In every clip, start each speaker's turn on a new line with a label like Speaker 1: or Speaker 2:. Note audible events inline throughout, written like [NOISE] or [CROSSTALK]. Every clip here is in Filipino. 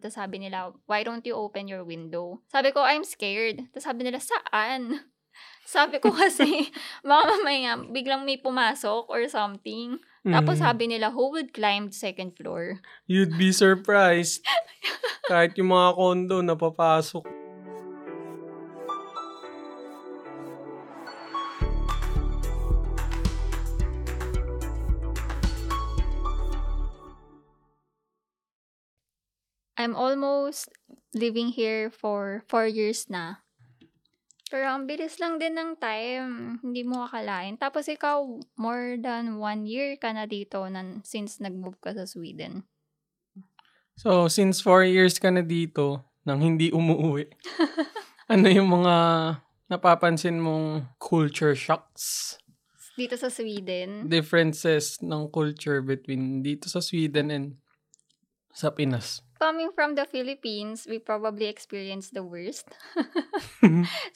Speaker 1: Tapos sabi nila, why don't you open your window? Sabi ko, I'm scared. Tapos sabi nila, saan? [LAUGHS] Sabi ko kasi, baka mamaya, biglang may pumasok or something. Tapos
Speaker 2: Mm.
Speaker 1: sabi nila, who would climb the second floor?
Speaker 2: You'd be surprised.
Speaker 1: [LAUGHS]
Speaker 2: Kahit yung mga kondo napapasok.
Speaker 1: I'm almost living here for four years na. Pero ang bilis lang din ng time. Hindi mo akalain. Tapos ikaw, more than one year ka na dito nan, since nag-move ka sa Sweden.
Speaker 2: So, since four years ka na dito, nang hindi
Speaker 1: [LAUGHS]
Speaker 2: umuwi, ano yung mga napapansin mong culture shocks?
Speaker 1: Dito sa Sweden.
Speaker 2: Differences ng culture between dito sa Sweden and sa Pinas.
Speaker 1: Coming from the Philippines, we probably experienced the
Speaker 2: [LAUGHS]
Speaker 1: worst. [LAUGHS]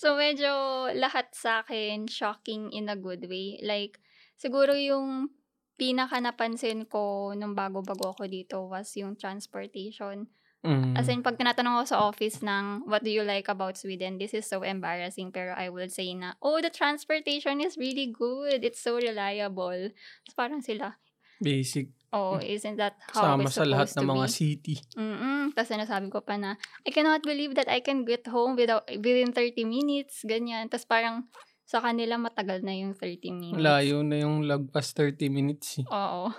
Speaker 1: so medyo lahat sa akin shocking in a good way. Like, siguro yung pinaka napansin ko nung bago-bago ako dito was yung transportation.
Speaker 2: Mm.
Speaker 1: As in, pag tinatanong ako sa office ng what do you like about Sweden, this is so embarrassing. Pero I will say na, oh, the transportation is really good. It's so reliable. So, parang sila,
Speaker 2: Basic.
Speaker 1: oh, isn't that how
Speaker 2: Mm. Kasama
Speaker 1: it's
Speaker 2: sa lahat
Speaker 1: supposed
Speaker 2: ng
Speaker 1: to
Speaker 2: mga
Speaker 1: be?
Speaker 2: city.
Speaker 1: Mm-mm. Tapos sinasabi ko pa na, I cannot believe that I can get home without, within 30 minutes. Ganyan. Tapos parang sa kanila matagal na yung 30 minutes.
Speaker 2: Layo na yung lagpas 30 minutes eh.
Speaker 1: Oo.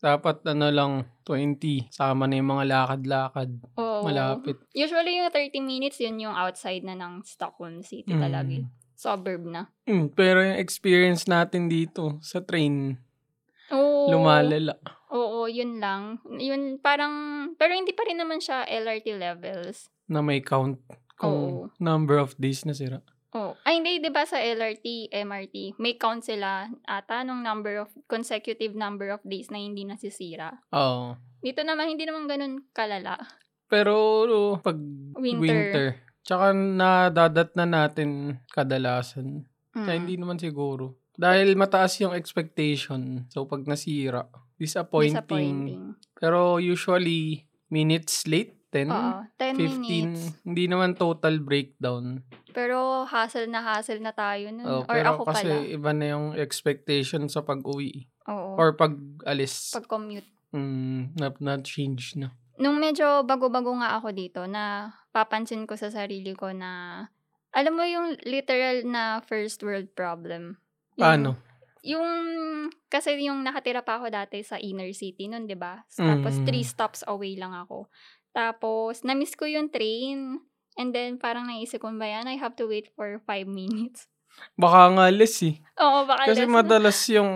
Speaker 2: Dapat ano lang, 20. Sama na yung mga lakad-lakad.
Speaker 1: Oo.
Speaker 2: Malapit.
Speaker 1: Usually yung 30 minutes, yun yung outside na ng Stockholm City
Speaker 2: Mm.
Speaker 1: talaga. eh. Suburb na.
Speaker 2: Mm, pero yung experience natin dito sa train,
Speaker 1: Oo.
Speaker 2: lumalala.
Speaker 1: Oo, yun lang. Yun parang, pero hindi pa rin naman siya LRT levels.
Speaker 2: na may count
Speaker 1: Oo.
Speaker 2: kung number of days na sira.
Speaker 1: Oh, ay hindi, di ba sa LRT, MRT, may count sila ata nung number of, consecutive number of days na hindi nasisira.
Speaker 2: Oo.
Speaker 1: Dito naman, hindi naman ganun kalala.
Speaker 2: Pero uh, pag winter.
Speaker 1: Winter.
Speaker 2: tsaka nadadat na natin kadalasan.
Speaker 1: Mm.
Speaker 2: Kaya Hmm. hindi naman siguro. Dahil mataas yung expectation. So pag nasira, disappointing.
Speaker 1: Disappointing.
Speaker 2: Pero usually, minutes late, 10,
Speaker 1: Oo, 10 minutes.
Speaker 2: 15. Hindi naman total breakdown.
Speaker 1: Pero hassle na hassle na tayo nun. Mm,
Speaker 2: Oh,
Speaker 1: Or
Speaker 2: pero
Speaker 1: ako
Speaker 2: kasi
Speaker 1: pala. Oh.
Speaker 2: iba na yung expectation sa pag-uwi.
Speaker 1: Oo.
Speaker 2: Or pag-alis.
Speaker 1: pag-commute.
Speaker 2: Mm, na, na-change na.
Speaker 1: nung medyo bago-bago nga ako dito, na papansin ko sa sarili ko na, alam mo yung literal na first world problem. Yung-
Speaker 2: Paano?
Speaker 1: Yung, kasi yung nakatira pa ako dati sa inner city nun, di ba? Tapos
Speaker 2: Mm.
Speaker 1: three stops away lang ako. Tapos, na-miss ko yung train. And then, parang naisip ko, ba yan, I have to wait for five minutes. [LAUGHS]
Speaker 2: Baka nga less eh.
Speaker 1: Oo, baka
Speaker 2: Kasi
Speaker 1: less na-
Speaker 2: madalas yung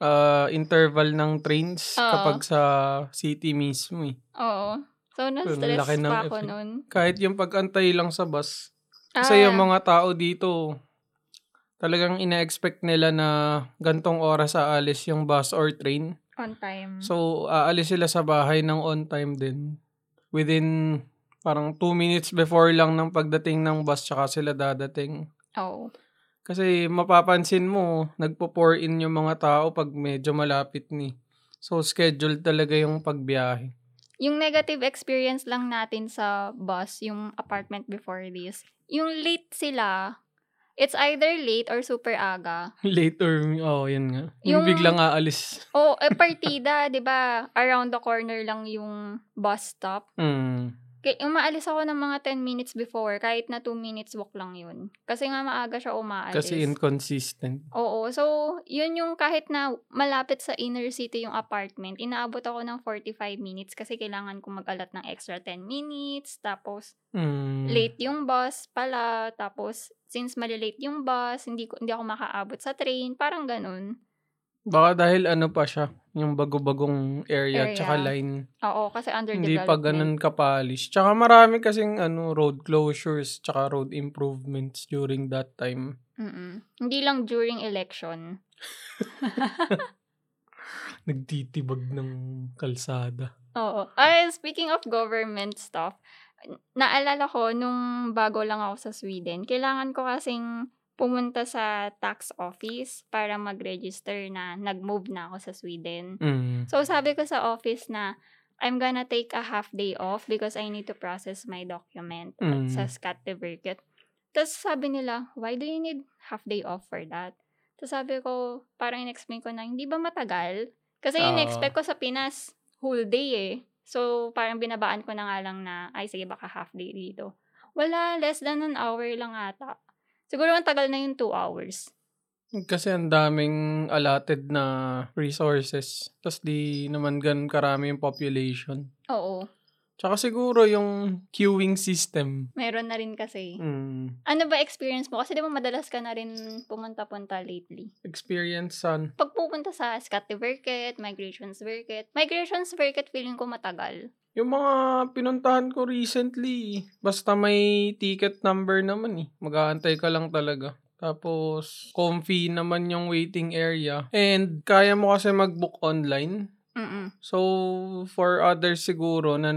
Speaker 2: ah, interval ng trains
Speaker 1: Oo.
Speaker 2: kapag sa city mismo eh.
Speaker 1: Oo. So, na-stress
Speaker 2: laki ng
Speaker 1: pa ako
Speaker 2: effect.
Speaker 1: nun.
Speaker 2: Kahit yung pag-antay lang sa bus.
Speaker 1: Ah,
Speaker 2: Kasi yung mga tao dito, talagang ina-expect nila na gantong oras aalis yung bus or train.
Speaker 1: on time.
Speaker 2: So, aalis sila sa bahay ng on time din. Within parang 2 minutes before lang ng pagdating ng bus tsaka sila dadating.
Speaker 1: Oo.
Speaker 2: Kasi mapapansin mo, nagpo-pour in yung mga tao pag medyo malapit ni. So, scheduled talaga yung pagbiyahe. [LAUGHS]
Speaker 1: yung negative experience lang natin sa bus, yung apartment before this, yung late sila, it's either late or super aga.
Speaker 2: Late or, oh, yun nga. Yung,
Speaker 1: Yung-
Speaker 2: biglang aalis.
Speaker 1: O, eh, partida, [LAUGHS] di ba? Around the corner lang yung bus stop.
Speaker 2: Mm.
Speaker 1: Kaya umaalis ako ng mga 10 minutes before, kahit na 2 minutes walk lang yun. Kasi nga maaga siya umaalis.
Speaker 2: Kasi inconsistent.
Speaker 1: Oo, so yun yung kahit na malapit sa inner city yung apartment, inaabot ako ng 45 minutes kasi kailangan ko mag-alat ng extra 10 minutes, tapos
Speaker 2: Mm.
Speaker 1: late yung bus pala, tapos since malilate yung bus, hindi ko hindi ako makaabot sa train, parang ganun.
Speaker 2: Baka dahil ano pa siya, yung bago-bagong area,
Speaker 1: Area.
Speaker 2: tsaka line.
Speaker 1: Oo, kasi under
Speaker 2: Hindi pa
Speaker 1: development.
Speaker 2: ganun kapalis. Tsaka marami kasing ano, road closures, tsaka road improvements during that time.
Speaker 1: Mm-mm. Hindi lang during election.
Speaker 2: Nagtitibag ng kalsada.
Speaker 1: Oo. Ay, speaking of government stuff, naalala ko nung bago lang ako sa Sweden, kailangan ko kasing pumunta sa tax office para mag-register na nag-move na ako sa Sweden.
Speaker 2: Mm.
Speaker 1: So, sabi ko sa office na, I'm gonna take a half day off because I need to process my document
Speaker 2: Mm.
Speaker 1: sa SCAT Tiburket. Tapos sabi nila, why do you need half day off for that? Tapos sabi ko, parang in-explain ko na, hindi ba matagal? Kasi
Speaker 2: Oo.
Speaker 1: in-expect ko sa Pinas, whole day eh. So, parang binabaan ko na nga lang na, ay sige, baka half day dito. Wala, less than an hour lang ata. Siguro ang tagal na yung two hours.
Speaker 2: Kasi ang daming allotted na resources. Tapos di naman ganun karami yung population.
Speaker 1: Oo,
Speaker 2: Tsaka siguro yung queuing system.
Speaker 1: meron na rin kasi.
Speaker 2: Mm.
Speaker 1: Ano ba experience mo? Kasi di ba madalas ka na rin pumunta-punta lately?
Speaker 2: Experience ano, on.
Speaker 1: Pag pupunta sa Scotty Market, Migrations Market, Migrations Market feeling ko matagal.
Speaker 2: Yung mga pinuntahan ko recently, basta may ticket number naman eh. Mag-aantay ka lang talaga. Tapos, comfy naman yung waiting area. And, kaya mo kasi mag-book online.
Speaker 1: Mm-mm.
Speaker 2: So, for others siguro na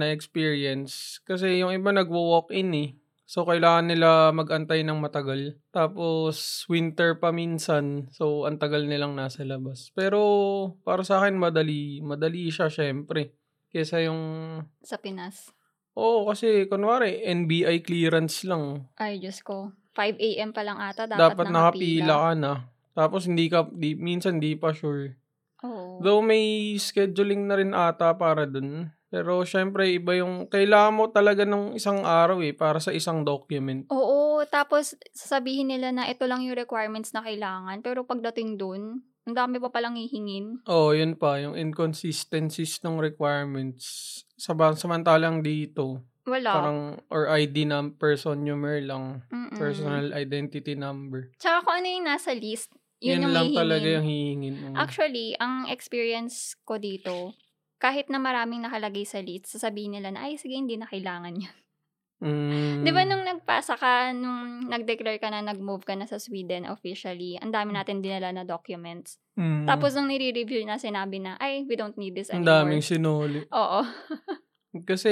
Speaker 2: na-experience, kasi yung iba nagwo-walk-in eh. So, kailangan nila magantay ng matagal. Tapos, winter pa minsan. So, ang tagal nilang nasa labas. Pero, para sa akin, madali. Madali siya, syempre. Kesa yung...
Speaker 1: Sa Pinas.
Speaker 2: Oo, kasi, kunwari, NBI clearance lang.
Speaker 1: Ay, Diyos ko. 5 a.m. pa lang ata. Dapat,
Speaker 2: Dapat, nakapila ka na. Tapos, hindi ka... Di, minsan, di pa sure.
Speaker 1: Oo.
Speaker 2: Though may scheduling na rin ata para dun. Pero syempre iba yung kailangan mo talaga ng isang araw eh para sa isang document.
Speaker 1: Oo, tapos sasabihin nila na ito lang yung requirements na kailangan. Pero pagdating dun, ang dami pa palang hihingin.
Speaker 2: Oh, yun pa yung inconsistencies ng requirements. Saba- samantalang dito,
Speaker 1: Wala.
Speaker 2: parang or ID ng person number lang,
Speaker 1: Mm-mm.
Speaker 2: personal identity number.
Speaker 1: Tsaka kung ano yung nasa list, yun, yung
Speaker 2: Yun lang
Speaker 1: hihingin.
Speaker 2: talaga yung hihingin. Mm.
Speaker 1: Actually, ang experience ko dito, kahit na maraming nakalagay sa list, sasabihin nila na, ay, sige, hindi na kailangan yan.
Speaker 2: Mm.
Speaker 1: Di ba nung nagpasa ka, nung nag-declare ka na nag-move ka na sa Sweden officially, ang dami natin dinala na documents.
Speaker 2: Mm.
Speaker 1: Tapos nung nire-review na, sinabi na, ay, we don't need this
Speaker 2: ang
Speaker 1: anymore.
Speaker 2: daming sinuli.
Speaker 1: Oo. [LAUGHS]
Speaker 2: Kasi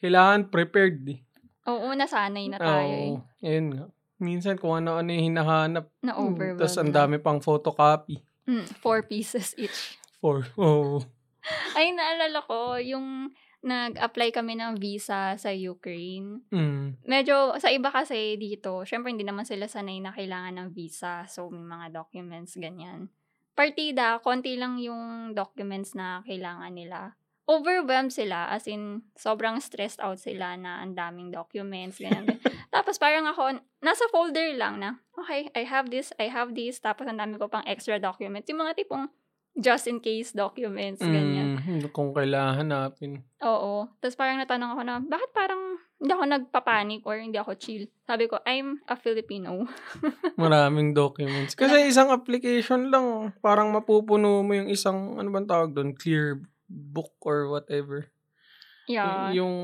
Speaker 2: kailangan prepared eh.
Speaker 1: Oo, nasanay na tayo eh.
Speaker 2: Oo, ayun nga. Minsan kung ano-ano yung hinahanap,
Speaker 1: Na-overwhelmed
Speaker 2: Tapos ang
Speaker 1: na.
Speaker 2: dami pang photocopy.
Speaker 1: Mm, four pieces each. [LAUGHS]
Speaker 2: For, [LAUGHS] oh.
Speaker 1: Ay, naalala ko, yung nag-apply kami ng visa sa Ukraine.
Speaker 2: Mm.
Speaker 1: Medyo, sa iba kasi dito, syempre hindi naman sila sanay na kailangan ng visa. So, may mga documents, ganyan. Partida, konti lang yung documents na kailangan nila. Overwhelmed sila, as in, sobrang stressed out sila na ang daming documents, ganyan. Tapos parang ako, nasa folder lang na, okay, I have this, I have this, tapos ang dami ko pang extra documents. Yung mga tipong just in case documents, ganyan.
Speaker 2: Mm, Kung kailangan hanapin.
Speaker 1: Oo. Tapos parang natanong ako na, bakit parang hindi ako nagpapanik or hindi ako chill? Sabi ko, I'm a Filipino. [LAUGHS]
Speaker 2: Maraming [LAUGHS] documents. Kasi isang application lang, parang mapupuno mo yung isang, ano bang tawag doon, clear book or whatever.
Speaker 1: Yeah.
Speaker 2: Y- yung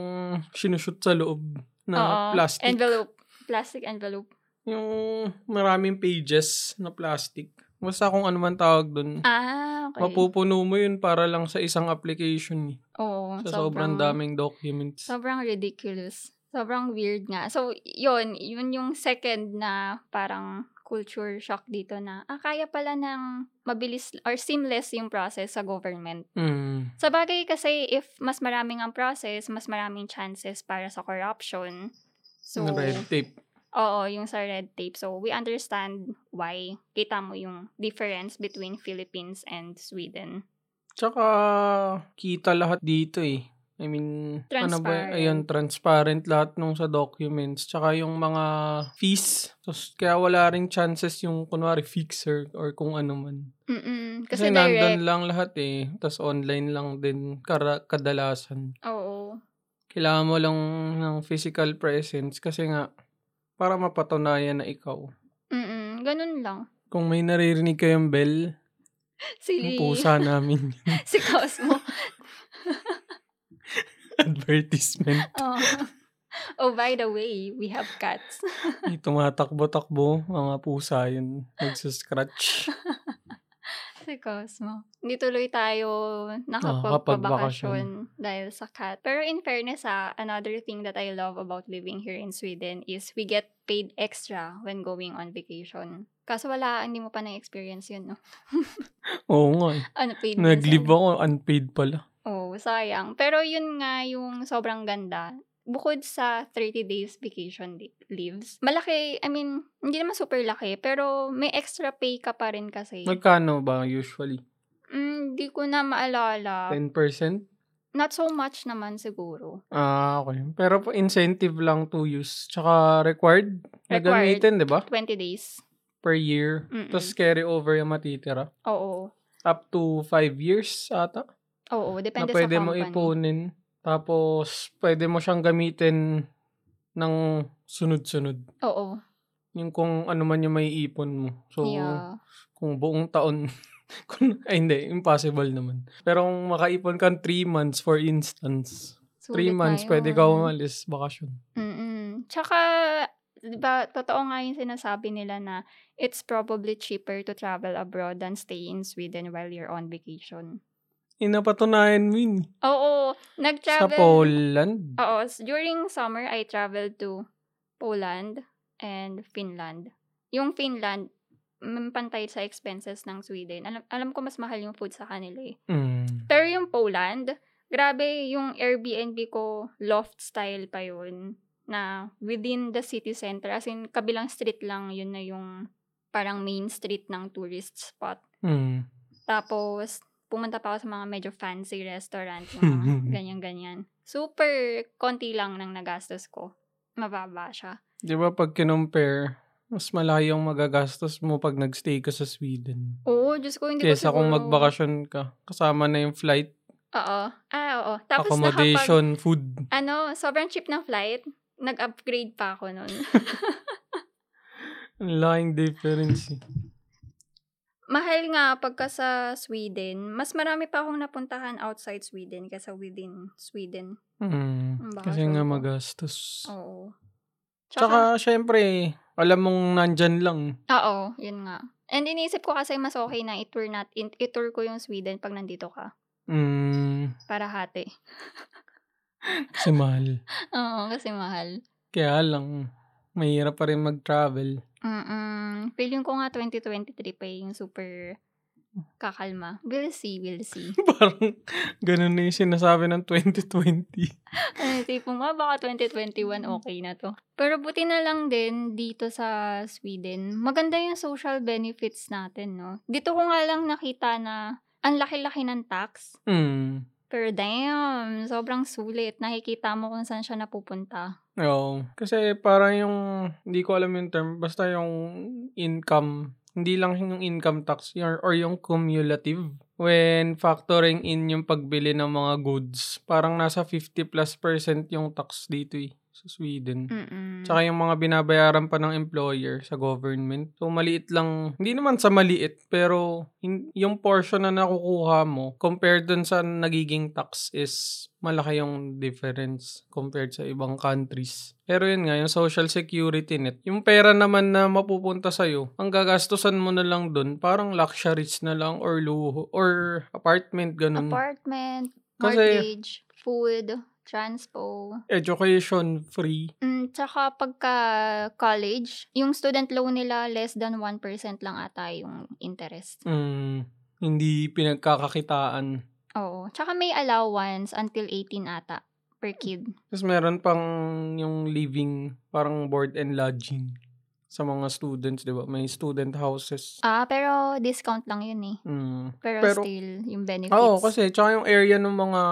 Speaker 2: sinushoot sa loob
Speaker 1: Oo.
Speaker 2: na plastic.
Speaker 1: Envelope. Plastic envelope.
Speaker 2: Yung maraming pages na plastic. Basta kung ano man tawag doon.
Speaker 1: Ah, okay.
Speaker 2: Mapupuno mo yun para lang sa isang application. eh.
Speaker 1: Oo.
Speaker 2: Sa sobrang, daming documents.
Speaker 1: Sobrang ridiculous. Sobrang weird nga. So, yun. Yun yung second na parang culture shock dito na, ah, kaya pala ng mabilis or seamless yung process sa government.
Speaker 2: mm.
Speaker 1: Sa bagay kasi, if mas maraming ang process, mas maraming chances para sa corruption. So,
Speaker 2: Red tape.
Speaker 1: oo, yung sa red tape. So, we understand why. Kita mo yung difference between Philippines and Sweden.
Speaker 2: Tsaka, kita lahat dito eh. I mean, ano ba?
Speaker 1: Transparent.
Speaker 2: Ayun, transparent lahat nung sa documents. Tsaka yung mga fees. Tapos, kaya wala rin chances yung, kunwari, fixer or kung ano man.
Speaker 1: Mm-mm. Kasi,
Speaker 2: Kasi,
Speaker 1: direct.
Speaker 2: nandun lang lahat eh. Tapos, online lang din kara- kadalasan.
Speaker 1: Oo.
Speaker 2: Kailangan mo lang ng physical presence kasi nga, para mapatunayan na ikaw.
Speaker 1: Mm-mm. Ganun lang.
Speaker 2: Kung may naririnig kayong bell,
Speaker 1: Sili.
Speaker 2: yung pusa namin.
Speaker 1: [LAUGHS] si Cosmo.
Speaker 2: Advertisement.
Speaker 1: oh. oh, by the way, we have cats.
Speaker 2: May tumatakbo-takbo, mga pusa yun, nagsuscratch.
Speaker 1: si Cosmo. Hindi tuloy tayo
Speaker 2: Nakapagbakasyon.
Speaker 1: nakapagbakasyon dahil sa cat. Pero in fairness ah, another thing that I love about living here in Sweden is we get paid extra when going on vacation. Kaso wala, hindi mo pa na-experience yun, no? [LAUGHS]
Speaker 2: Oo nga eh.
Speaker 1: Ano, paid
Speaker 2: Nag-leave
Speaker 1: minsan.
Speaker 2: ako, unpaid pala.
Speaker 1: Oh, sayang. Pero yun nga yung sobrang ganda. Bukod sa 30 days vacation di- leaves, malaki, I mean, hindi naman super laki, pero may extra pay ka pa rin kasi.
Speaker 2: Magkano ba usually?
Speaker 1: Mm, Hindi ko na maalala.
Speaker 2: 10%?
Speaker 1: Not so much naman siguro.
Speaker 2: Ah, okay. Pero po, incentive lang to use. Tsaka required na
Speaker 1: Required.
Speaker 2: gamitin, di ba?
Speaker 1: 20 days.
Speaker 2: Per year.
Speaker 1: Mm-mm.
Speaker 2: Tapos carry over yung matitira.
Speaker 1: Oo.
Speaker 2: Up to 5 years ata.
Speaker 1: Oo,
Speaker 2: na
Speaker 1: depende
Speaker 2: pwede
Speaker 1: sa
Speaker 2: mo
Speaker 1: company.
Speaker 2: ipunin. Tapos, pwede mo siyang gamitin ng sunod-sunod.
Speaker 1: Oo.
Speaker 2: Yung kung ano man yung may ipon mo. So,
Speaker 1: yeah.
Speaker 2: kung buong taon, [LAUGHS] kung, ay hindi, impossible naman. Pero kung makaipon ka 3 months, for instance, 3
Speaker 1: Sulit na
Speaker 2: months, pwede
Speaker 1: yun.
Speaker 2: ka umalis, bakasyon.
Speaker 1: Mm-mm. Tsaka, di ba, totoo nga yung sinasabi nila na it's probably cheaper to travel abroad than stay in Sweden while you're on vacation.
Speaker 2: Inapatunayan mo yun.
Speaker 1: Oo,
Speaker 2: Sa
Speaker 1: nag-travel.
Speaker 2: Poland.
Speaker 1: Oo, s- during summer, I traveled to Poland and Finland. Yung Finland, mm, pantay sa expenses ng Sweden. Alam, alam ko mas mahal yung food sa kanila eh.
Speaker 2: Mm.
Speaker 1: Pero yung Poland, grabe yung Airbnb ko, loft style pa yun. Na within the city center, as in kabilang street lang, yun na yung parang main street ng tourist spot.
Speaker 2: Mm.
Speaker 1: Tapos, pumunta pa ako sa mga medyo fancy
Speaker 2: [LAUGHS]
Speaker 1: restaurant, yung mga ganyan-ganyan. Super konti lang ng nagastos ko. Mababa siya.
Speaker 2: Di ba pag kinumpare, mas malaki yung magagastos mo pag nagstay ka sa Sweden.
Speaker 1: Oo, Diyos ko, hindi
Speaker 2: Kesa
Speaker 1: ko siguro...
Speaker 2: kung magbakasyon ka, kasama na yung flight,
Speaker 1: Oo. Ah, oo. Tapos nakapag
Speaker 2: accommodation, food.
Speaker 1: ano, sobrang cheap ng flight, nag-upgrade pa ako nun. [LAUGHS]
Speaker 2: Ang laking difference. eh.
Speaker 1: Mahal nga pagka sa Sweden, mas marami pa akong napuntahan outside Sweden kaysa within Sweden.
Speaker 2: Mm.
Speaker 1: Ang
Speaker 2: Kasi
Speaker 1: bakasyon
Speaker 2: nga
Speaker 1: ko.
Speaker 2: magastos.
Speaker 1: Oo. Tsaka,
Speaker 2: Tsaka, syempre, alam mong nandyan lang.
Speaker 1: oo, yun nga. And iniisip ko kasi mas okay na itour nat in- itour ko yung Sweden pag nandito ka.
Speaker 2: Mm.
Speaker 1: Para hati.
Speaker 2: Kasi mahal.
Speaker 1: [LAUGHS] Oo, kasi mahal.
Speaker 2: Kaya lang, mahirap pa rin mag-travel. [LAUGHS]
Speaker 1: Mm-mm. Feeling ko nga 2023 pa yung super kakalma. We'll see, we'll [LAUGHS] see.
Speaker 2: Parang ganun na yung sinasabi ng 2020.
Speaker 1: Ano, tipong, ah, baka 2021 okay na to. Pero buti na lang din dito sa Sweden, maganda yung social benefits natin, no? Dito ko nga lang nakita na ang laki-laki ng tax.
Speaker 2: Mm.
Speaker 1: Pero damn, sobrang sulit. Nakikita mo kung saan siya napupunta.
Speaker 2: Oo. Kasi parang yung, hindi ko alam yung term, basta yung income, hindi lang yung income tax yung, or yung cumulative. When factoring in yung pagbili ng mga goods, parang nasa 50 plus percent yung tax dito eh, sa Sweden.
Speaker 1: Mm-mm.
Speaker 2: Tsaka yung mga binabayaran pa ng employer sa government. So, maliit lang. Hindi naman sa maliit, pero hin- yung portion na nakukuha mo compared dun sa nagiging tax is malaki yung difference compared sa ibang countries. Pero yun nga, yung social security net. Yung pera naman na mapupunta sa'yo, ang gagastusan mo na lang dun, parang luxuries na lang or luho or apartment, ganun.
Speaker 1: Apartment,
Speaker 2: um, Kasi-
Speaker 1: mortgage, food, transpo.
Speaker 2: Education free.
Speaker 1: Mm, tsaka pagka college, yung student loan nila less than 1% lang ata yung interest.
Speaker 2: Mm, hindi pinagkakakitaan.
Speaker 1: Oo. Tsaka may allowance until 18 ata per
Speaker 2: Hmm.
Speaker 1: kid.
Speaker 2: Tapos meron pang yung living, parang board and lodging sa mga students, di ba? May student houses.
Speaker 1: Ah, pero discount lang yun eh.
Speaker 2: Mm.
Speaker 1: Pero,
Speaker 2: Pero-
Speaker 1: still, yung benefits.
Speaker 2: Oo, kasi tsaka yung area ng mga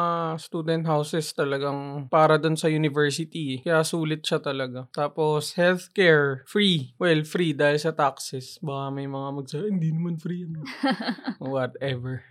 Speaker 2: student houses talagang para dun sa university. eh. Kaya sulit siya talaga. Tapos healthcare, free. Well, free dahil sa taxes. Baka may mga magsabi, hindi naman free.
Speaker 1: [LAUGHS]
Speaker 2: Ano? Whatever.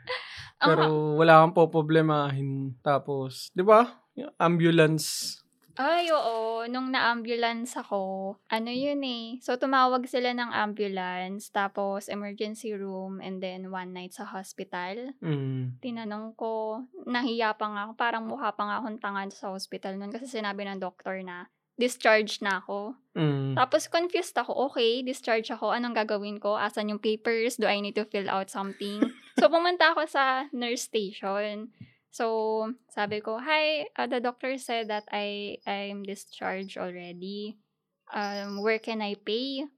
Speaker 1: Ang-
Speaker 2: Pero wala kang poproblemahin. Tapos, di ba? Yung Ambulance.
Speaker 1: Ay, oo. Nung na-ambulance ako, ano yun eh. So, tumawag sila ng ambulance, tapos emergency room, and then one night sa hospital.
Speaker 2: Mm.
Speaker 1: Tinanong ko, nahiya pa nga ako. Parang mukha pa nga akong tanga sa hospital nun kasi sinabi ng doktor na discharged na ako.
Speaker 2: Mm.
Speaker 1: Tapos confused ako, okay, discharge ako, anong gagawin ko? Asan yung papers? Do I need to fill out something? so pumunta ako sa nurse station. So, sabi ko, "Hi, uh, the doctor said that I I'm discharged already. Um, where can I pay?"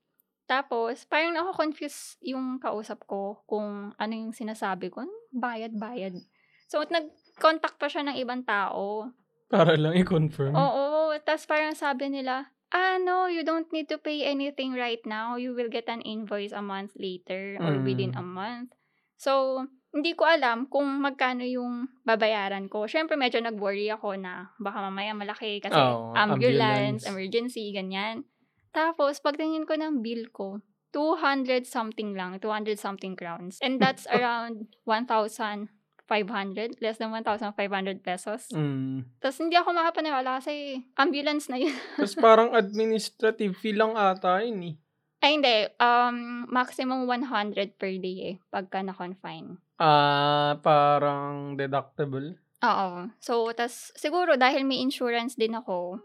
Speaker 1: Tapos, parang ako confused yung kausap ko kung ano yung sinasabi ko. Bayad, bayad. So, nag contact pa siya ng ibang tao.
Speaker 2: Para lang i-confirm.
Speaker 1: Oo, tapos parang sabi nila, ah, no, you don't need to pay anything right now. You will get an invoice a month later or
Speaker 2: Mm.
Speaker 1: within a month. So, hindi ko alam kung magkano yung babayaran ko. Siyempre, medyo nag-worry ako na baka mamaya malaki kasi
Speaker 2: Oo, ambulance.
Speaker 1: ambulance, emergency, ganyan. Tapos, pagtingin ko ng bill ko, 200 something lang, 200 something crowns. And
Speaker 2: [LAUGHS]
Speaker 1: that's around 1,500, less than 1,500 pesos.
Speaker 2: Mm.
Speaker 1: Tapos hindi ako makapaniwala kasi ambulance na yun. [LAUGHS]
Speaker 2: Tapos parang administrative fee lang ata yun eh.
Speaker 1: Ay, hindi. Um, maximum 100 per day eh, pagka na-confine.
Speaker 2: Ah, parang deductible.
Speaker 1: Oo. So, tas siguro dahil may insurance din ako,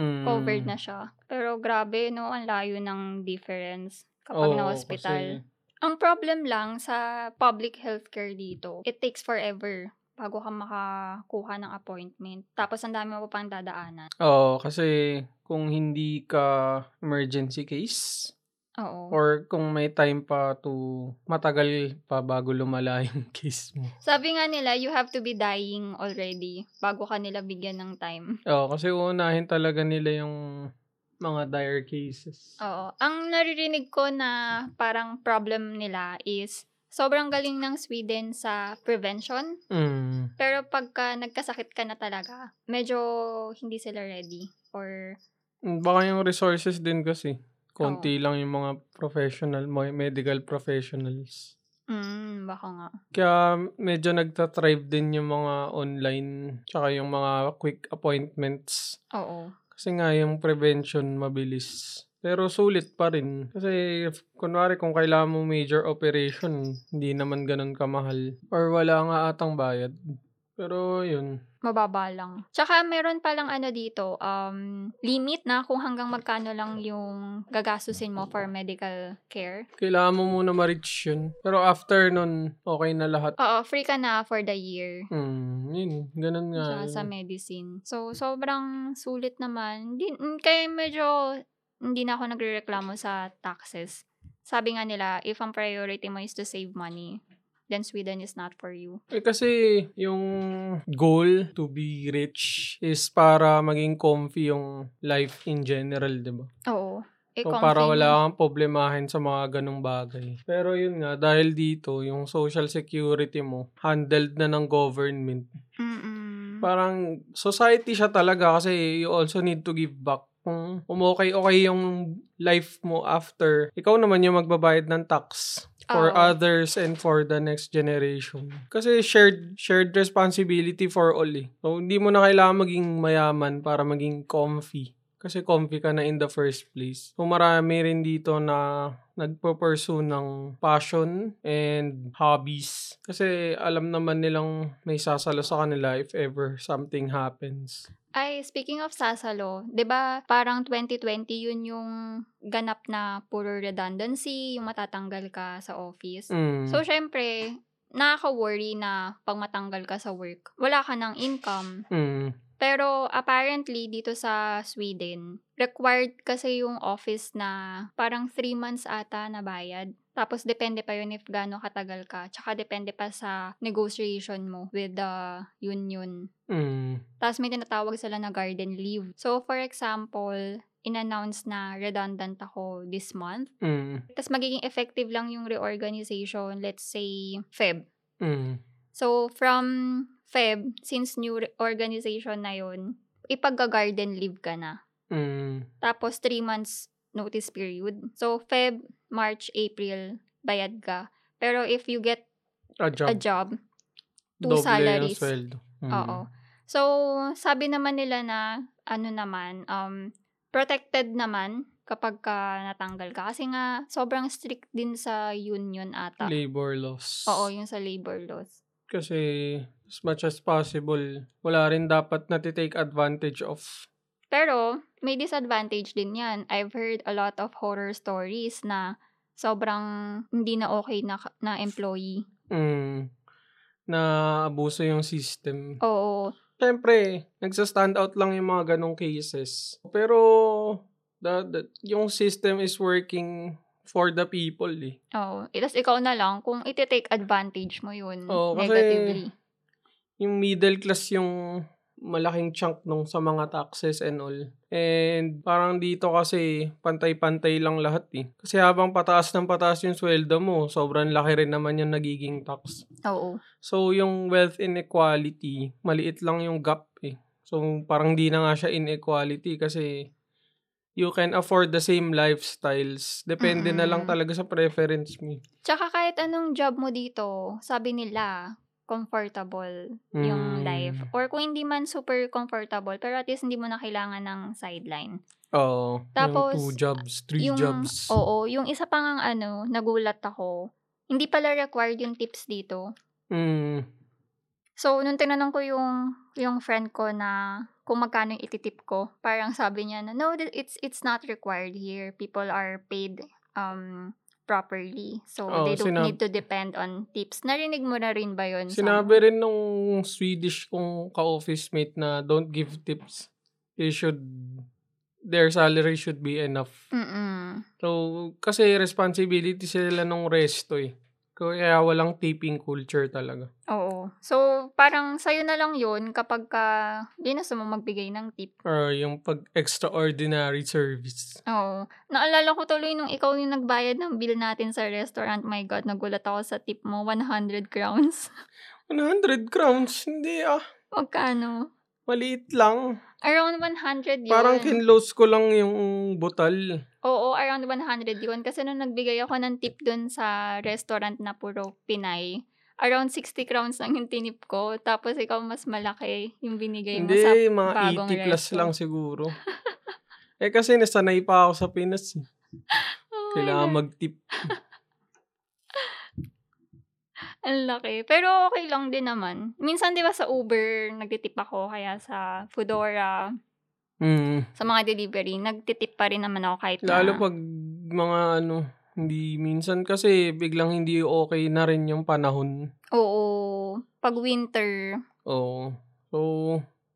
Speaker 2: Mm.
Speaker 1: covered na siya. Pero grabe, no? Ang layo ng difference kapag
Speaker 2: Oo,
Speaker 1: na-hospital.
Speaker 2: kasi-
Speaker 1: Ang problem lang sa public healthcare dito, it takes forever bago ka makakuha ng appointment. Tapos, ang dami mo pa pang dadaanan.
Speaker 2: Oo, kasi kung hindi ka emergency case,
Speaker 1: Oo.
Speaker 2: or kung may time pa to matagal pa bago lumala [LAUGHS] yung case mo.
Speaker 1: Sabi nga nila, you have to be dying already bago ka nila bigyan ng time.
Speaker 2: Oo, kasi uunahin talaga nila yung mga dire cases.
Speaker 1: Oo. Ang naririnig ko na parang problem nila is sobrang galing ng Sweden sa prevention.
Speaker 2: Mm.
Speaker 1: Pero pagka nagkasakit ka na talaga, medyo hindi sila ready. Or,
Speaker 2: Hmm, Baka yung resources din kasi. Konti lang yung mga professional, mga medical professionals.
Speaker 1: mm, baka nga.
Speaker 2: Kaya medyo nagtatrive din yung mga online tsaka yung mga quick appointments.
Speaker 1: Oo.
Speaker 2: Kasi nga yung prevention mabilis. Pero sulit pa rin. Kasi if- kunwari kung kailangan mo major operation, hindi naman ganun kamahal. Or wala nga atang bayad. Pero yun.
Speaker 1: Mababa lang. Tsaka meron palang ano dito, um, limit na kung hanggang magkano lang yung gagastusin mo for medical care.
Speaker 2: Kailangan mo muna ma-reach yun. Pero after nun, okay na lahat.
Speaker 1: Oo, free ka na for the year.
Speaker 2: Hmm, yun. Ganun nga. eh.
Speaker 1: sa,
Speaker 2: yun.
Speaker 1: sa medicine. So, sobrang sulit naman. Di, mm, kaya medyo hindi na ako nagrereklamo sa taxes. Sabi nga nila, if ang priority mo is to save money, then Sweden is not for you.
Speaker 2: Eh, kasi yung goal to be rich is para maging comfy yung life in general, di ba?
Speaker 1: Oo. Eh,
Speaker 2: So,
Speaker 1: comfy
Speaker 2: para
Speaker 1: na.
Speaker 2: wala kang problemahin sa mga ganong bagay. Pero yun nga, dahil dito, yung social security mo, handled na ng government.
Speaker 1: Mm-mm.
Speaker 2: Parang society siya talaga kasi you also need to give back. Kung umokay-okay yung life mo after, ikaw naman yung magbabayad ng tax for
Speaker 1: Oo.
Speaker 2: others and for the next generation. Kasi shared shared responsibility for all eh. So, hindi mo na kailangan maging mayaman para maging comfy. Kasi comfy ka na in the first place. So, marami rin dito na nagpo-pursue ng passion and hobbies. Kasi alam naman nilang may sasalo sa kanila if ever something happens.
Speaker 1: Ay, speaking of sasalo, 'di ba parang 2020 yun yung ganap na puro redundancy, yung matatanggal ka sa office.
Speaker 2: Mm.
Speaker 1: So, syempre, nakaka-worry na pag matanggal ka sa work, wala ka ng income.
Speaker 2: mm.
Speaker 1: Pero apparently, dito sa Sweden, required kasi yung office na parang 3 months ata na bayad. Tapos, depende pa yun if gaano katagal ka. Tsaka, depende pa sa negotiation mo with the union.
Speaker 2: Mm.
Speaker 1: Tapos, may tinatawag sila na garden leave. So, for example, in-announce na redundant ako this month.
Speaker 2: Mm.
Speaker 1: Tapos magiging effective lang yung reorganization, let's say, Feb.
Speaker 2: Mm.
Speaker 1: So, from Feb, since new re- organization na yun, ipagka-garden leave ka na.
Speaker 2: Mm.
Speaker 1: Tapos, three months notice period. So, Feb, March, April, bayad ka. Pero if you get
Speaker 2: A job.
Speaker 1: a job, two
Speaker 2: Doble yung
Speaker 1: salaries.
Speaker 2: sweldo. Mm.
Speaker 1: oo. So, sabi naman nila na, ano naman, um, protected naman kapag ka natanggal ka. Kasi nga, sobrang strict din sa union ata.
Speaker 2: Labor loss.
Speaker 1: Oo, yung sa labor laws.
Speaker 2: Kasi as much as possible, wala rin dapat na take advantage of.
Speaker 1: Pero, may disadvantage din yan. I've heard a lot of horror stories na sobrang hindi na okay na, na employee.
Speaker 2: Mm. Na abuso yung system.
Speaker 1: Oo.
Speaker 2: Siyempre, nagsa-stand out lang yung mga ganong cases. Pero, the, the- yung system is working for the people eh.
Speaker 1: Oo. Itas ikaw na lang kung iti-take advantage mo yun
Speaker 2: Oo, kasi-
Speaker 1: negatively.
Speaker 2: yung middle class yung malaking chunk nung sa mga taxes and all. And parang dito kasi pantay-pantay lang lahat eh. Kasi habang pataas ng pataas yung sweldo mo, sobrang laki rin naman yung nagiging tax.
Speaker 1: Oo.
Speaker 2: So yung wealth inequality, maliit lang yung gap eh. So parang di na nga siya inequality kasi you can afford the same lifestyles. Depende na lang
Speaker 1: Mm-mm.
Speaker 2: talaga sa preference mo. eh.
Speaker 1: Tsaka kahit anong job mo dito, sabi nila, comfortable yung
Speaker 2: Mm.
Speaker 1: life. Or kung hindi man super comfortable, pero at least hindi mo na kailangan ng sideline.
Speaker 2: Oo.
Speaker 1: Tapos,
Speaker 2: yung two jobs, three
Speaker 1: yung,
Speaker 2: jobs.
Speaker 1: Oo, yung isa pang ang ano, nagulat ako, hindi pala required yung tips dito.
Speaker 2: Mm.
Speaker 1: So, nung tinanong ko yung, yung friend ko na kung magkano yung ititip ko, parang sabi niya na, no, th- it's, it's not required here. People are paid um, properly. So,
Speaker 2: Oo,
Speaker 1: they don't
Speaker 2: sinab-
Speaker 1: need to depend on tips. Narinig mo na rin ba yun? Sam?
Speaker 2: Sinabi rin nung Swedish kong ka-office mate na don't give tips. They should, their salary should be enough.
Speaker 1: Mm-mm.
Speaker 2: So, kasi responsibility sila nung resto eh. Kaya walang tipping culture talaga.
Speaker 1: Oo. So, parang sa'yo na lang yun kapag ka, di na mo magbigay ng tip.
Speaker 2: Or yung pag-extraordinary service.
Speaker 1: Oo. Naalala ko tuloy nung ikaw yung nagbayad ng bill natin sa restaurant. My God, nagulat ako sa tip mo. 100 crowns. [LAUGHS]
Speaker 2: 100 crowns? Hindi ah.
Speaker 1: Magkano?
Speaker 2: Maliit lang.
Speaker 1: Around 100 yun.
Speaker 2: Parang kinlose ko lang yung butal.
Speaker 1: Oo, around 100 yun. Kasi nung nagbigay ako ng tip dun sa restaurant na puro Pinay, around 60 crowns lang yung tinip ko. Tapos ikaw mas malaki yung binigay mo
Speaker 2: Hindi,
Speaker 1: sa...
Speaker 2: mga
Speaker 1: bagong
Speaker 2: 80 plus
Speaker 1: resto.
Speaker 2: lang
Speaker 1: [LAUGHS]
Speaker 2: siguro. eh kasi nasanay pa ako sa Pinas. eh.
Speaker 1: Oh my
Speaker 2: Kailangan
Speaker 1: God,
Speaker 2: mag-tip.
Speaker 1: Ang laki. Pero okay lang din naman. Minsan di ba sa Uber, nagtitip ako. Kaya sa Foodora,
Speaker 2: Mm.
Speaker 1: sa mga delivery, nagtitip pa rin naman ako kahit na...
Speaker 2: Lalo pag mga ano, hindi minsan kasi biglang hindi okay na rin yung panahon.
Speaker 1: Oo. Pag winter.
Speaker 2: Oo. So,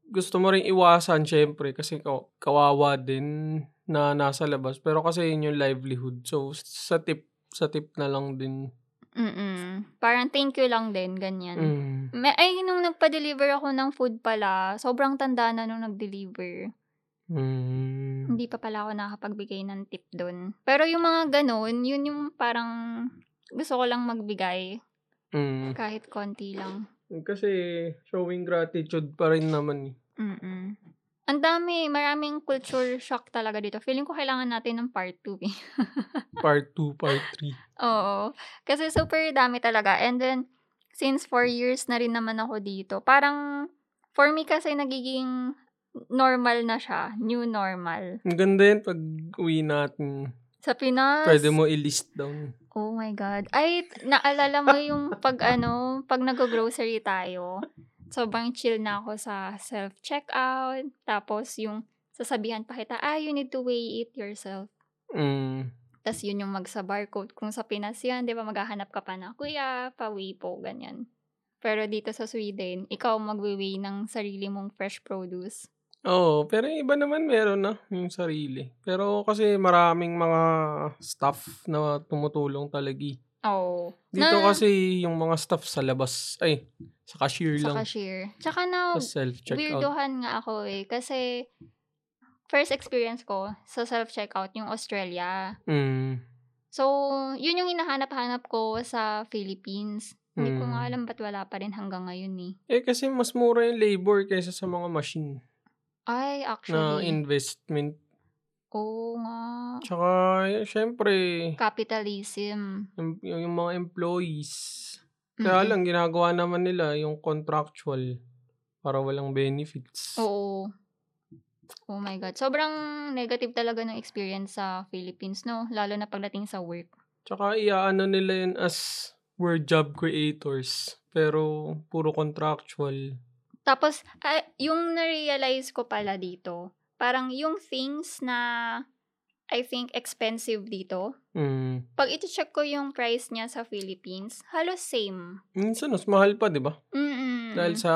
Speaker 2: gusto mo rin iwasan syempre kasi kaw- kawawa din na nasa labas. Pero kasi yun yung livelihood. So, sa tip, sa tip na lang din.
Speaker 1: Mm-mm. Parang thank you lang din, ganyan.
Speaker 2: Mm.
Speaker 1: May, ay, nung nagpa-deliver ako ng food pala, sobrang tanda na nung nag-deliver.
Speaker 2: Mm.
Speaker 1: Hindi pa pala ako nakapagbigay ng tip doon. Pero yung mga ganun, yun yung parang gusto ko lang magbigay.
Speaker 2: Mm.
Speaker 1: Kahit konti lang.
Speaker 2: Kasi showing gratitude pa rin naman. eh.
Speaker 1: Mm-mm. Ang dami, maraming culture shock talaga dito. Feeling ko kailangan natin ng part 2 eh. [LAUGHS]
Speaker 2: Part 2, part 3.
Speaker 1: Oo. Kasi super dami talaga. And then, since four years na rin naman ako dito, parang, for me kasi nagiging normal na siya. New normal.
Speaker 2: Ang ganda yun pag uwi natin.
Speaker 1: Sa Pinas.
Speaker 2: Pwede mo i-list down.
Speaker 1: Oh my God. Ay, naalala
Speaker 2: [LAUGHS]
Speaker 1: mo yung pag ano, pag nag-grocery tayo, sobrang chill na ako sa self-checkout. Tapos yung sasabihan pa kita, ah, you need to weigh it yourself.
Speaker 2: Mm.
Speaker 1: Tapos yun yung magsa barcode. Kung sa Pinas yan, di ba maghahanap ka pa na, kuya, pawi po, ganyan. Pero dito sa Sweden, ikaw magwi-weigh ng sarili mong fresh produce.
Speaker 2: Oo, pero yung iba naman meron na yung sarili. Pero kasi maraming mga staff na tumutulong talaga. eh.
Speaker 1: Oo.
Speaker 2: Dito
Speaker 1: Na-
Speaker 2: kasi yung mga staff sa labas, ay, sa cashier
Speaker 1: Sa
Speaker 2: lang.
Speaker 1: cashier. Tsaka na,
Speaker 2: Sa self-checkout.
Speaker 1: weirdohan nga ako eh. Kasi, first experience ko sa self-checkout, yung Australia.
Speaker 2: Mm.
Speaker 1: So, yun yung hinahanap-hanap ko sa Philippines. Hindi ko
Speaker 2: Mm.
Speaker 1: nga alam ba't wala pa rin hanggang ngayon eh.
Speaker 2: Eh kasi mas mura yung labor kaysa sa mga machine
Speaker 1: Ay,
Speaker 2: na
Speaker 1: actually.
Speaker 2: investment.
Speaker 1: Oo nga.
Speaker 2: Tsaka, eh, syempre,
Speaker 1: Capitalism. Mm-hmm.
Speaker 2: yung, yung mga employees. Kaya
Speaker 1: Mm-mm.
Speaker 2: lang, ginagawa naman nila yung contractual para walang benefits.
Speaker 1: Oo. Oh my God. Sobrang negative talaga ng experience sa Philippines, no? Lalo na pagdating sa work.
Speaker 2: Tsaka iaano nila yun as we're job creators. Pero puro contractual.
Speaker 1: Tapos, ah, yung na-realize ko pala dito, parang yung things na I think expensive dito,
Speaker 2: Mm.
Speaker 1: pag iti-check ko yung price niya sa Philippines, halos same.
Speaker 2: Minsan, mas mahal pa, di ba?
Speaker 1: Mm-mm.
Speaker 2: Dahil sa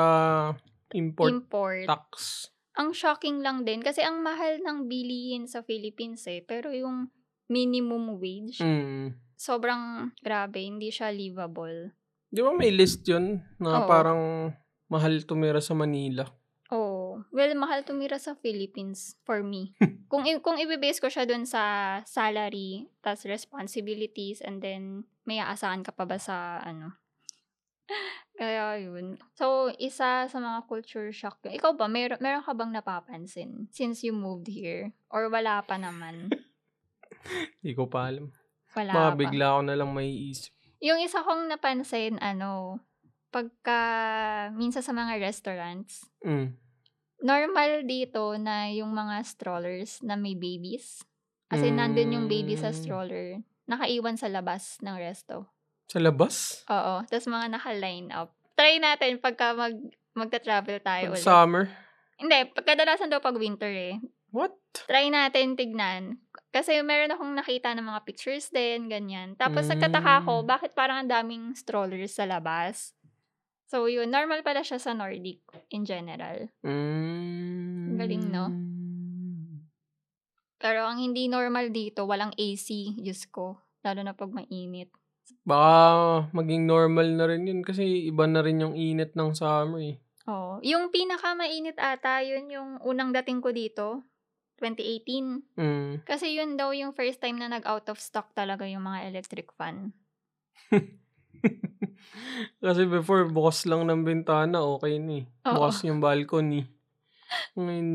Speaker 2: import
Speaker 1: Mm-hmm. import.
Speaker 2: tax.
Speaker 1: ang shocking lang din kasi ang mahal ng bilihin sa Philippines eh, pero yung minimum wage,
Speaker 2: Mm.
Speaker 1: sobrang grabe, hindi siya livable.
Speaker 2: Di ba may list yun na
Speaker 1: Oo.
Speaker 2: parang mahal tumira sa Manila.
Speaker 1: Oh, well, mahal tumira sa Philippines for
Speaker 2: [LAUGHS]
Speaker 1: me. kung i- kung ibe-base ko siya doon sa salary, tas responsibilities and then may aasahan ka pa ba sa ano? [LAUGHS] Kaya yun. So, isa sa mga culture shock. yun. Ikaw ba, mer- meron ka bang napapansin since you moved here? Or wala pa
Speaker 2: [LAUGHS]
Speaker 1: naman?
Speaker 2: Hindi ko pa alam.
Speaker 1: Wala
Speaker 2: Baka
Speaker 1: pa.
Speaker 2: bigla ako na lang maiisip.
Speaker 1: Yung isa kong napansin, ano, pagka minsan sa mga restaurants,
Speaker 2: Mm.
Speaker 1: normal dito na yung mga strollers na may babies. As in, nandun yung baby sa
Speaker 2: Mm.
Speaker 1: stroller. Nakaiwan sa labas ng resto.
Speaker 2: Sa labas?
Speaker 1: Oo. Tapos mga naka-line up. Try natin pagka mag, magta-travel tayo
Speaker 2: Pag
Speaker 1: ulit.
Speaker 2: summer?
Speaker 1: Hindi, pagkadalasan daw pag winter eh.
Speaker 2: What?
Speaker 1: Try natin tignan. Kasi meron akong nakita ng mga pictures din, ganyan. Tapos nagtataka ako,
Speaker 2: Mm.
Speaker 1: bakit parang ang daming strollers sa labas? So yun, normal pala siya sa Nordic in general.
Speaker 2: Mm.
Speaker 1: Galing, no? Pero ang hindi normal dito, walang AC, Diyos ko. Lalo na pag mainit.
Speaker 2: Baka maging normal na rin yun kasi iba na rin yung init ng summer eh.
Speaker 1: Oo. Yung pinaka-mainit ata, yun yung unang dating ko dito, 2018.
Speaker 2: Mm.
Speaker 1: Kasi yun daw yung first time na nag-out of stock talaga yung mga electric fan.
Speaker 2: Kasi before, bukas lang ng bintana, okay na eh.
Speaker 1: Oo.
Speaker 2: Bukas yung balcony. Ngayon,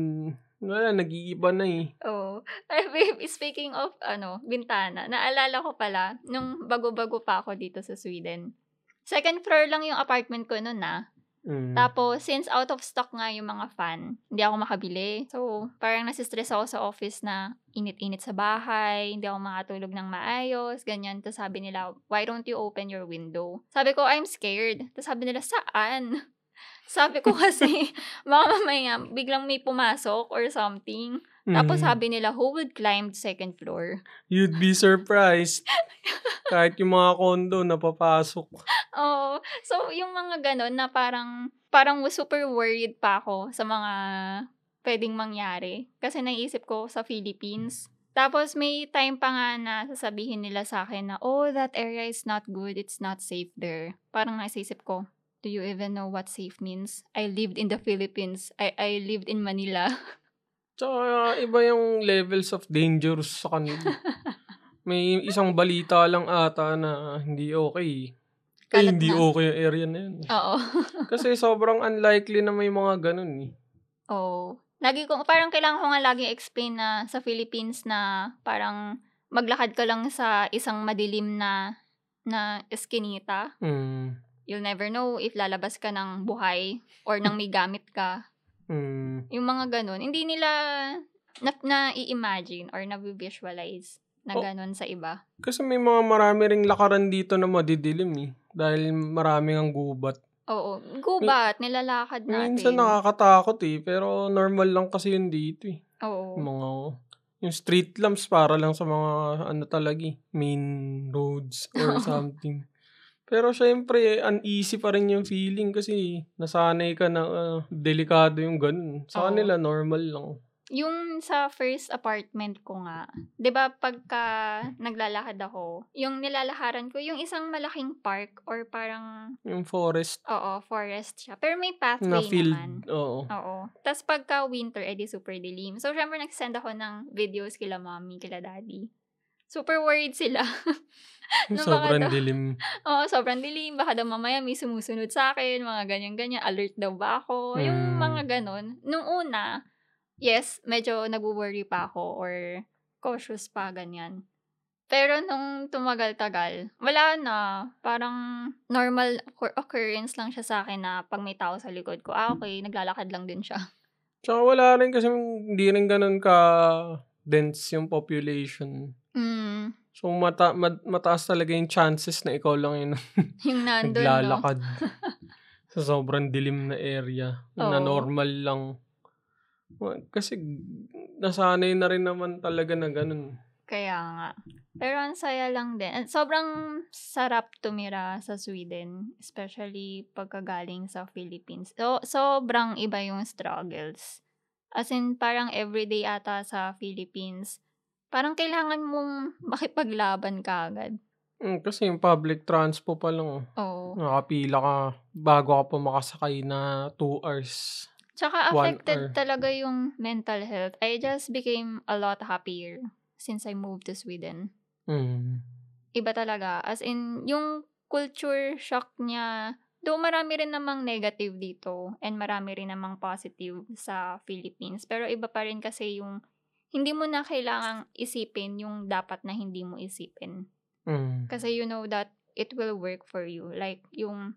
Speaker 2: wala, nag-iiba na eh.
Speaker 1: [LAUGHS] Oo. Ay, babe, speaking of, ano, bintana, naalala ko pala, nung bago-bago pa ako dito sa Sweden, second floor lang yung apartment ko ah. noon na.
Speaker 2: Mm.
Speaker 1: Tapos, since out of stock nga yung mga fan, hindi ako makabili. So, parang nasistress ako sa office na init-init sa bahay, hindi ako makatulog ng maayos, ganyan. Tapos sabi nila, why don't you open your window? Sabi ko, I'm scared. Tapos sabi nila, saan? [LAUGHS] Sabi ko
Speaker 2: [LAUGHS]
Speaker 1: kasi, baka mamaya, biglang may pumasok or something. Tapos
Speaker 2: Mm.
Speaker 1: sabi nila, who would climb second floor?
Speaker 2: You'd be
Speaker 1: [LAUGHS]
Speaker 2: surprised. Kahit yung mga kondo, napapasok.
Speaker 1: Oo. So, yung mga ganun na parang, parang super worried pa ako sa mga pwedeng mangyari. Kasi naisip ko sa Philippines. Tapos may time pa nga na sasabihin nila sa akin na, oh, that area is not good, it's not safe there. Parang nasa isip ko, do you even know what safe means? I lived in the Philippines. I, I lived in Manila. [LAUGHS]
Speaker 2: Tsaka iba yung levels of dangers sa
Speaker 1: [LAUGHS]
Speaker 2: kanila. May isang balita lang ata na hindi okay.
Speaker 1: Kalat
Speaker 2: Ay, hindi
Speaker 1: na.
Speaker 2: okay yung area na yun. eh.
Speaker 1: Oo.
Speaker 2: Kasi sobrang unlikely na may mga ganun eh.
Speaker 1: Oo. Lagi ko, parang kailangan ko nga lagi explain na sa Philippines na parang maglakad ka lang sa isang madilim na na eskinita.
Speaker 2: Mm,
Speaker 1: You'll never know if lalabas ka ng buhay or nang may gamit ka.
Speaker 2: mm,
Speaker 1: Yung mga ganun, hindi nila na, na-imagine or na-visualize na
Speaker 2: Oh.
Speaker 1: ganun sa iba.
Speaker 2: Kasi may mga marami ring lakaran dito na madidilim eh. Dahil maraming ang gubat.
Speaker 1: Oo. Gubat, nilalakad natin.
Speaker 2: Minsan nakakatakot eh. Pero normal lang kasi yun dito eh.
Speaker 1: Oo.
Speaker 2: Yung Mga, yung street lamps para lang sa mga ano talaga eh, main roads
Speaker 1: [LAUGHS]
Speaker 2: or something. Pero syempre, uneasy pa rin yung feeling kasi nasanay ka na ah, delikado yung ganun.
Speaker 1: Oo.
Speaker 2: Sa kanila, normal lang.
Speaker 1: Yung sa first apartment ko nga, 'di ba pagka naglalakad ako, yung nilalaharan ko yung isang malaking park or parang
Speaker 2: Yung forest
Speaker 1: oo, forest siya. Pero may pathway
Speaker 2: na field.
Speaker 1: naman.
Speaker 2: Oo.
Speaker 1: Oo. Tapos pagka winter, edi super dilim. So, syempre, nagsend ako ng videos kila mommy, kila daddy. Super worried sila. [LAUGHS] Nung mga
Speaker 2: Sobrang
Speaker 1: daw- [LAUGHS]
Speaker 2: dilim.
Speaker 1: Oo, sobrang dilim. Baka daw mamaya may sumusunod sa akin, mga ganyan-ganyan. Alert daw ba ako? Yung
Speaker 2: Mm.
Speaker 1: mga ganon. Nung una, yes, medyo nag-worry pa ako or cautious pa, ganyan. Pero nung tumagal-tagal, wala na. Parang normal occur- occurrence lang siya sa akin na pag may tao sa likod ko, ah, okay, naglalakad lang din siya. [LAUGHS]
Speaker 2: Tsaka wala rin kasi hindi rin ganun ka dense yung population.
Speaker 1: Mm,
Speaker 2: So mata- ma- mataas talaga yung chances na ikaw lang [LAUGHS] yun
Speaker 1: yung nandun, no? [LAUGHS]
Speaker 2: naglalakad sa sobrang dilim na area na
Speaker 1: Oo.
Speaker 2: normal lang. Wa- Kasi nasanay na rin naman talaga na ganun.
Speaker 1: Kaya nga. Pero ang saya lang din. And Sobrang sarap tumira sa Sweden, especially pagkagaling sa Philippines. So, sobrang iba yung struggles. As in, parang everyday ata sa Philippines, parang kailangan mong [LAUGHS] makipaglaban ka agad.
Speaker 2: Mm, kasi yung public transpo pa lang, oh.
Speaker 1: Oo.
Speaker 2: nakapila ka bago ka pa makasakay na 2 hours.
Speaker 1: Tsaka
Speaker 2: One
Speaker 1: affected
Speaker 2: hour.
Speaker 1: talaga yung mental health. I just became a lot happier since I moved to Sweden.
Speaker 2: Mm.
Speaker 1: Iba talaga. As in, yung culture shock niya, though marami rin namang negative dito and marami rin namang positive sa Philippines. Pero iba pa rin kasi yung hindi mo na kailangang isipin yung dapat na hindi mo isipin.
Speaker 2: Mm.
Speaker 1: Kasi you know that it will work for you. Like, yung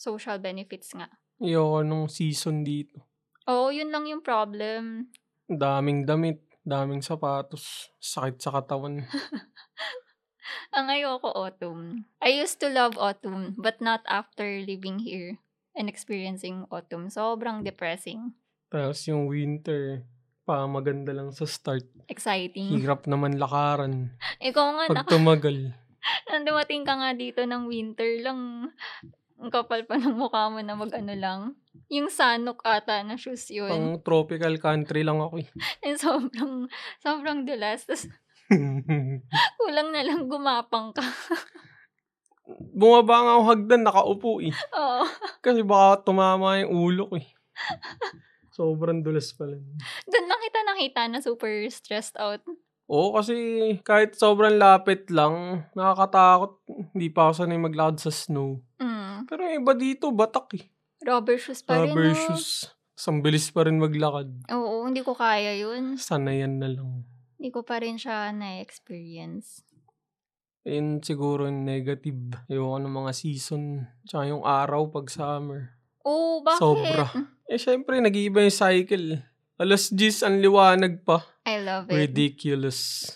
Speaker 1: social benefits nga.
Speaker 2: Yo, nung season dito.
Speaker 1: Oo, yun lang yung problem.
Speaker 2: Daming damit, daming sapatos, sakit sa katawan.
Speaker 1: Ang ayoko autumn. I used to love autumn, but not after living here and experiencing autumn. Sobrang depressing.
Speaker 2: Tapos yung winter, pa maganda lang sa start.
Speaker 1: Exciting.
Speaker 2: Hirap naman lakaran.
Speaker 1: [LAUGHS] Ikaw nga,
Speaker 2: Pag
Speaker 1: naka-
Speaker 2: tumagal.
Speaker 1: nang dumating ka nga dito ng winter lang. Ang kapal pa ng mukha mo na mag-ano lang. Yung sanok ata na shoes yun.
Speaker 2: Pang tropical country lang ako eh.
Speaker 1: [LAUGHS]
Speaker 2: [LAUGHS]
Speaker 1: And sobrang, sobrang dulas. Tapos kulang na lang gumapang ka. [LAUGHS]
Speaker 2: Bumaba nga ako hagdan, nakaupo eh.
Speaker 1: Oo.
Speaker 2: Kasi baka tumama yung ulo ko eh. Sobrang dulas pala.
Speaker 1: Doon lang kita nakita na super stressed out.
Speaker 2: Oo, kasi kahit sobrang lapit lang, nakakatakot. Hindi pa ako sanay maglakad sa snow.
Speaker 1: Mm.
Speaker 2: Pero yung iba dito, batak eh.
Speaker 1: Rubber shoes pa rin.
Speaker 2: Rubber
Speaker 1: no?
Speaker 2: shoes. Tas ang bilis pa rin maglakad.
Speaker 1: Oo, hindi ko kaya yun.
Speaker 2: Sanayan na lang.
Speaker 1: Hindi ko pa rin siya na-experience.
Speaker 2: Yun siguro yung negative. Ayoko ng mga season. Tsaka yung araw pag summer.
Speaker 1: Oo, bakit?
Speaker 2: Sobra. Eh syempre, nag-iiba yung cycle. Alas 10 ang liwanag pa.
Speaker 1: I love it.
Speaker 2: Ridiculous.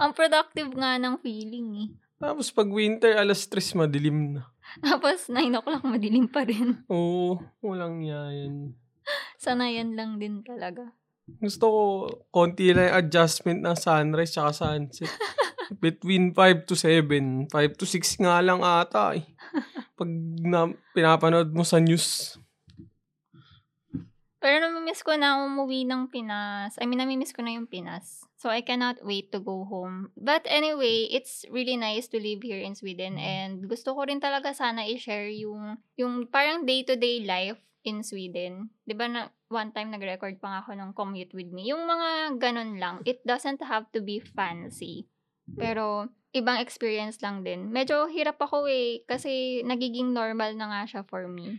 Speaker 1: Ang productive nga ng feeling eh.
Speaker 2: Tapos pag winter, alas 3 madilim na.
Speaker 1: Tapos 9 o'clock madilim pa rin. [LAUGHS]
Speaker 2: Oo, walang yan.
Speaker 1: Sanayan lang din talaga.
Speaker 2: Gusto ko, konti lang yung adjustment ng sunrise tsaka sunset. Between 5 to 7. 5 to 6 nga lang ata eh. Pag na, pinapanood mo sa news.
Speaker 1: Pero namimiss ko na umuwi ng Pinas. I mean, namimiss ko na yung Pinas. So, I cannot wait to go home. But anyway, it's really nice to live here in Sweden. And gusto ko rin talaga sana i-share yung, yung parang day-to-day life in Sweden. 'Di ba na one time nag-record pa nga ako ng commute with me. Yung mga ganun lang. It doesn't have to be fancy. Pero ibang experience lang din. Medyo hirap ako eh kasi nagiging normal na nga siya for me.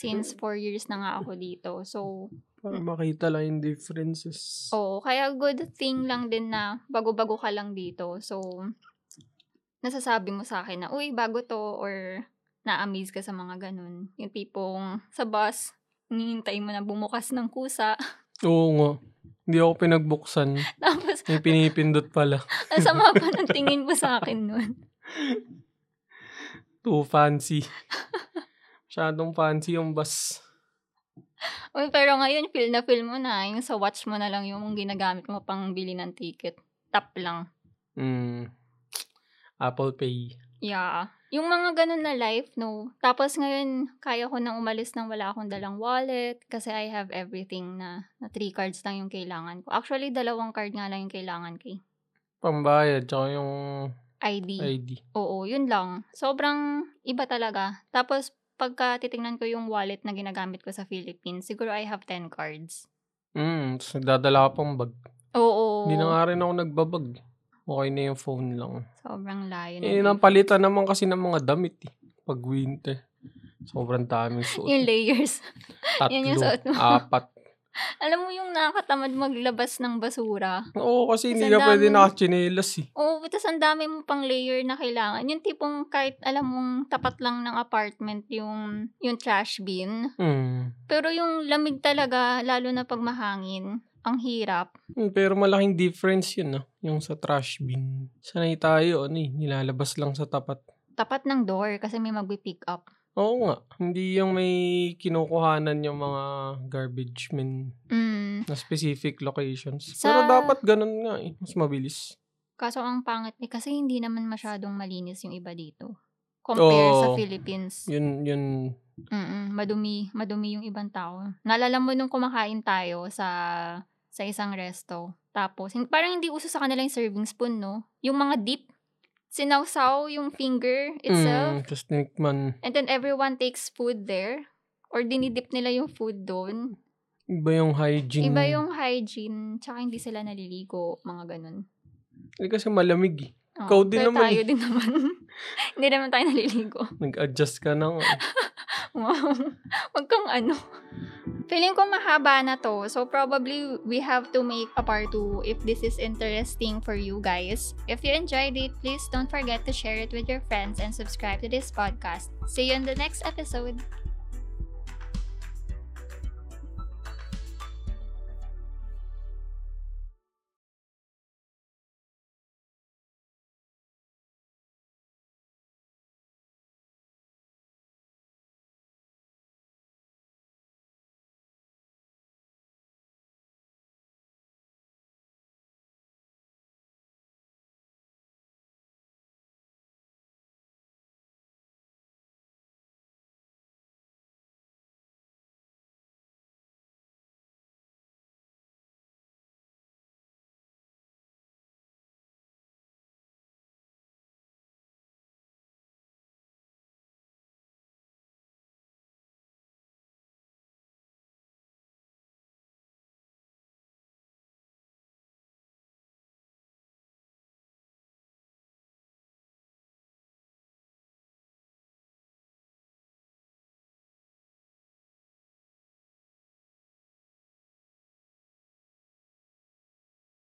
Speaker 1: Since four years na nga ako dito. So,
Speaker 2: Para makita lang yung differences.
Speaker 1: oo. Kaya good thing lang din na bago-bago ka lang dito. So, nasasabi mo sa akin na, uy, bago to or na-amaze ka sa mga ganun. Yung tipong sa bus, hinihintay mo na bumukas ng kusa. [LAUGHS]
Speaker 2: Oo nga. Hindi ako pinagbuksan.
Speaker 1: Tapos,
Speaker 2: May pinipindot pala.
Speaker 1: ang sama pa ng tingin mo sa akin nun. [LAUGHS]
Speaker 2: Too fancy. Masyadong fancy yung bus.
Speaker 1: Uy, pero ngayon, feel na feel mo na. Yung sa watch mo na lang yung ginagamit mo pang bili ng ticket. Tap lang.
Speaker 2: Mm. Apple Pay.
Speaker 1: Yeah. Yung mga ganun na life, no? Tapos ngayon, kaya ko nang umalis nang wala akong dalang wallet kasi I have everything na, na three cards lang yung kailangan ko. Actually, dalawang card nga lang yung kailangan ko. eh.
Speaker 2: Pambayad. Tsaka yung
Speaker 1: ID.
Speaker 2: ID.
Speaker 1: Oo, yun lang. Sobrang iba talaga. Tapos, pagka titingnan ko yung wallet na ginagamit ko sa Philippines, siguro I have 10 cards.
Speaker 2: Mm. Tapos nagdadala ka pang bag.
Speaker 1: Oo.
Speaker 2: Hindi na nga rin ako nagbabag. Okay na yung phone lang.
Speaker 1: Sobrang layo.
Speaker 2: Eh,
Speaker 1: ng-
Speaker 2: napalitan naman kasi ng mga damit eh. Pag winter. Sobrang daming suot.
Speaker 1: yung layers. [LAUGHS]
Speaker 2: Tatlo,
Speaker 1: yun yung suot mo.
Speaker 2: apat.
Speaker 1: Alam mo yung nakakatamad maglabas ng basura.
Speaker 2: Oo, kasi hindi
Speaker 1: Kasi
Speaker 2: ka
Speaker 1: ang
Speaker 2: pwede
Speaker 1: dami-
Speaker 2: nakachinelas eh.
Speaker 1: Oo, butas ang dami mo pang layer na kailangan. Yung tipong kahit alam mong tapat lang ng apartment yung, yung trash bin.
Speaker 2: Mm.
Speaker 1: Pero yung lamig talaga, lalo na pag mahangin, ang hirap.
Speaker 2: Mm, Pero malaking difference yun, no? Yung sa trash bin. Sanay tayo, ano eh, nilalabas lang sa tapat.
Speaker 1: Tapat ng door kasi may magbi-pick up.
Speaker 2: Oo nga, hindi yung may kinukuhanan yung mga garbage men
Speaker 1: Mm.
Speaker 2: na specific locations.
Speaker 1: Sa-
Speaker 2: Pero dapat ganun nga eh, mas mabilis.
Speaker 1: Kaso ang pangit ni kasi hindi naman masyadong malinis yung iba dito. Compare sa
Speaker 2: Oo.
Speaker 1: Philippines.
Speaker 2: Yun, yun,
Speaker 1: Mm-mm, Mm, madumi, madumi yung ibang tao. Nalala mo nung kumakain tayo sa sa isang resto. Tapos, hin- parang hindi uso sa kanila yung serving spoon, no? Yung mga dip, sinawsaw yung finger itself.
Speaker 2: Mm, Tapos tinikman.
Speaker 1: And then everyone takes food there. Or dinidip nila yung food doon.
Speaker 2: Iba yung hygiene.
Speaker 1: Iba yung hygiene. Tsaka hindi sila naliligo. Mga ganun.
Speaker 2: Eh, kasi malamig eh.
Speaker 1: Oo,
Speaker 2: Ikaw din
Speaker 1: pero
Speaker 2: naman
Speaker 1: tayo
Speaker 2: eh.
Speaker 1: din naman. [LAUGHS] hindi naman tayo naliligo.
Speaker 2: Nag-adjust ka na nga. eh.
Speaker 1: [LAUGHS] Wow. Huwag kang ano. Feeling ko mahaba na to. So probably we have to make a part 2 if this is interesting for you guys. If you enjoyed it, please don't forget to share it with your friends and subscribe to this podcast. See you in the next episode.